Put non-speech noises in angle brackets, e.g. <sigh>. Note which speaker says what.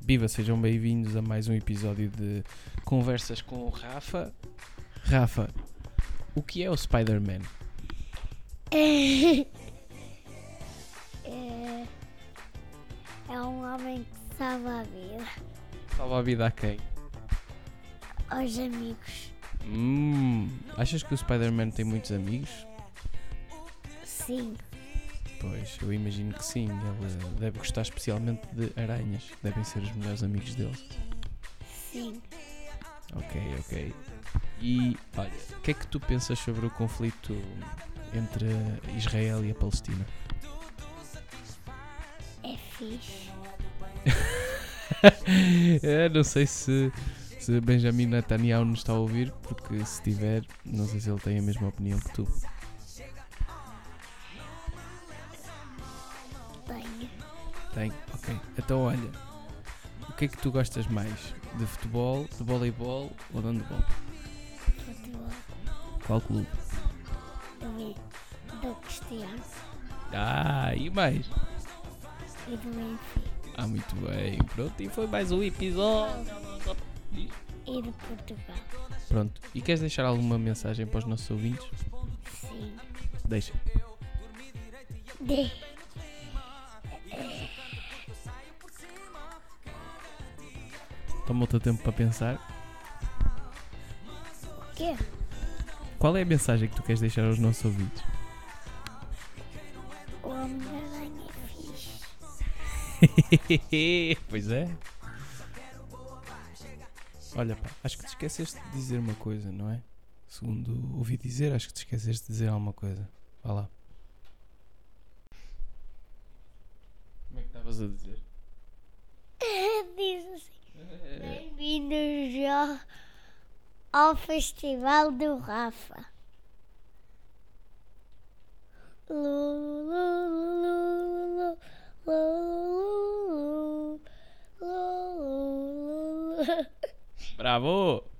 Speaker 1: Viva, sejam bem-vindos a mais um episódio de Conversas com o Rafa. Rafa, o que é o Spider-Man?
Speaker 2: É, é um homem que salva a vida
Speaker 1: Salva a vida a quem?
Speaker 2: aos amigos.
Speaker 1: Hum, achas que o Spider-Man tem muitos amigos?
Speaker 2: Sim,
Speaker 1: Pois, eu imagino que sim. Ele deve gostar especialmente de aranhas. Devem ser os melhores amigos dele.
Speaker 2: sim.
Speaker 1: Ok, ok. E, olha, o que é que tu pensas sobre o conflito entre Israel e a Palestina?
Speaker 2: É fixe.
Speaker 1: <laughs> É, não sei se, se Benjamin Netanyahu nos está a ouvir, porque se tiver, não sei se ele tem a mesma opinião que tu.
Speaker 2: Bem,
Speaker 1: Tem, ok. Então olha, o que é que tu gostas mais? De futebol, de voleibol ou de handball?
Speaker 2: futebol
Speaker 1: Qual clube?
Speaker 2: do, do Cristiano
Speaker 1: Ah, e mais?
Speaker 2: e do Benfica
Speaker 1: Ah, muito bem. Pronto, e foi mais um episódio.
Speaker 2: e do Portugal.
Speaker 1: Pronto, e queres deixar alguma mensagem para os nossos ouvintes?
Speaker 2: Sim.
Speaker 1: Deixa.
Speaker 2: De... É,
Speaker 1: Toma o teu tempo para pensar.
Speaker 2: Quê?
Speaker 1: Qual é a mensagem que tu queres deixar aos nossos ouvintes?
Speaker 2: O Homem-Aranha é fixe.
Speaker 1: <laughs> pois é. Olha, pá, acho que te esqueceste de dizer uma coisa, não é? Segundo ouvi dizer, acho que te esqueceste de dizer alguma coisa. Vá lá. Como é que estavas a dizer?
Speaker 2: Diz assim. Bem-vindos ao, ao Festival do Rafa. Lu, lu, lu, lu, lu, lu, lu, lu, lu, lu, lu, lu.
Speaker 1: Bravo!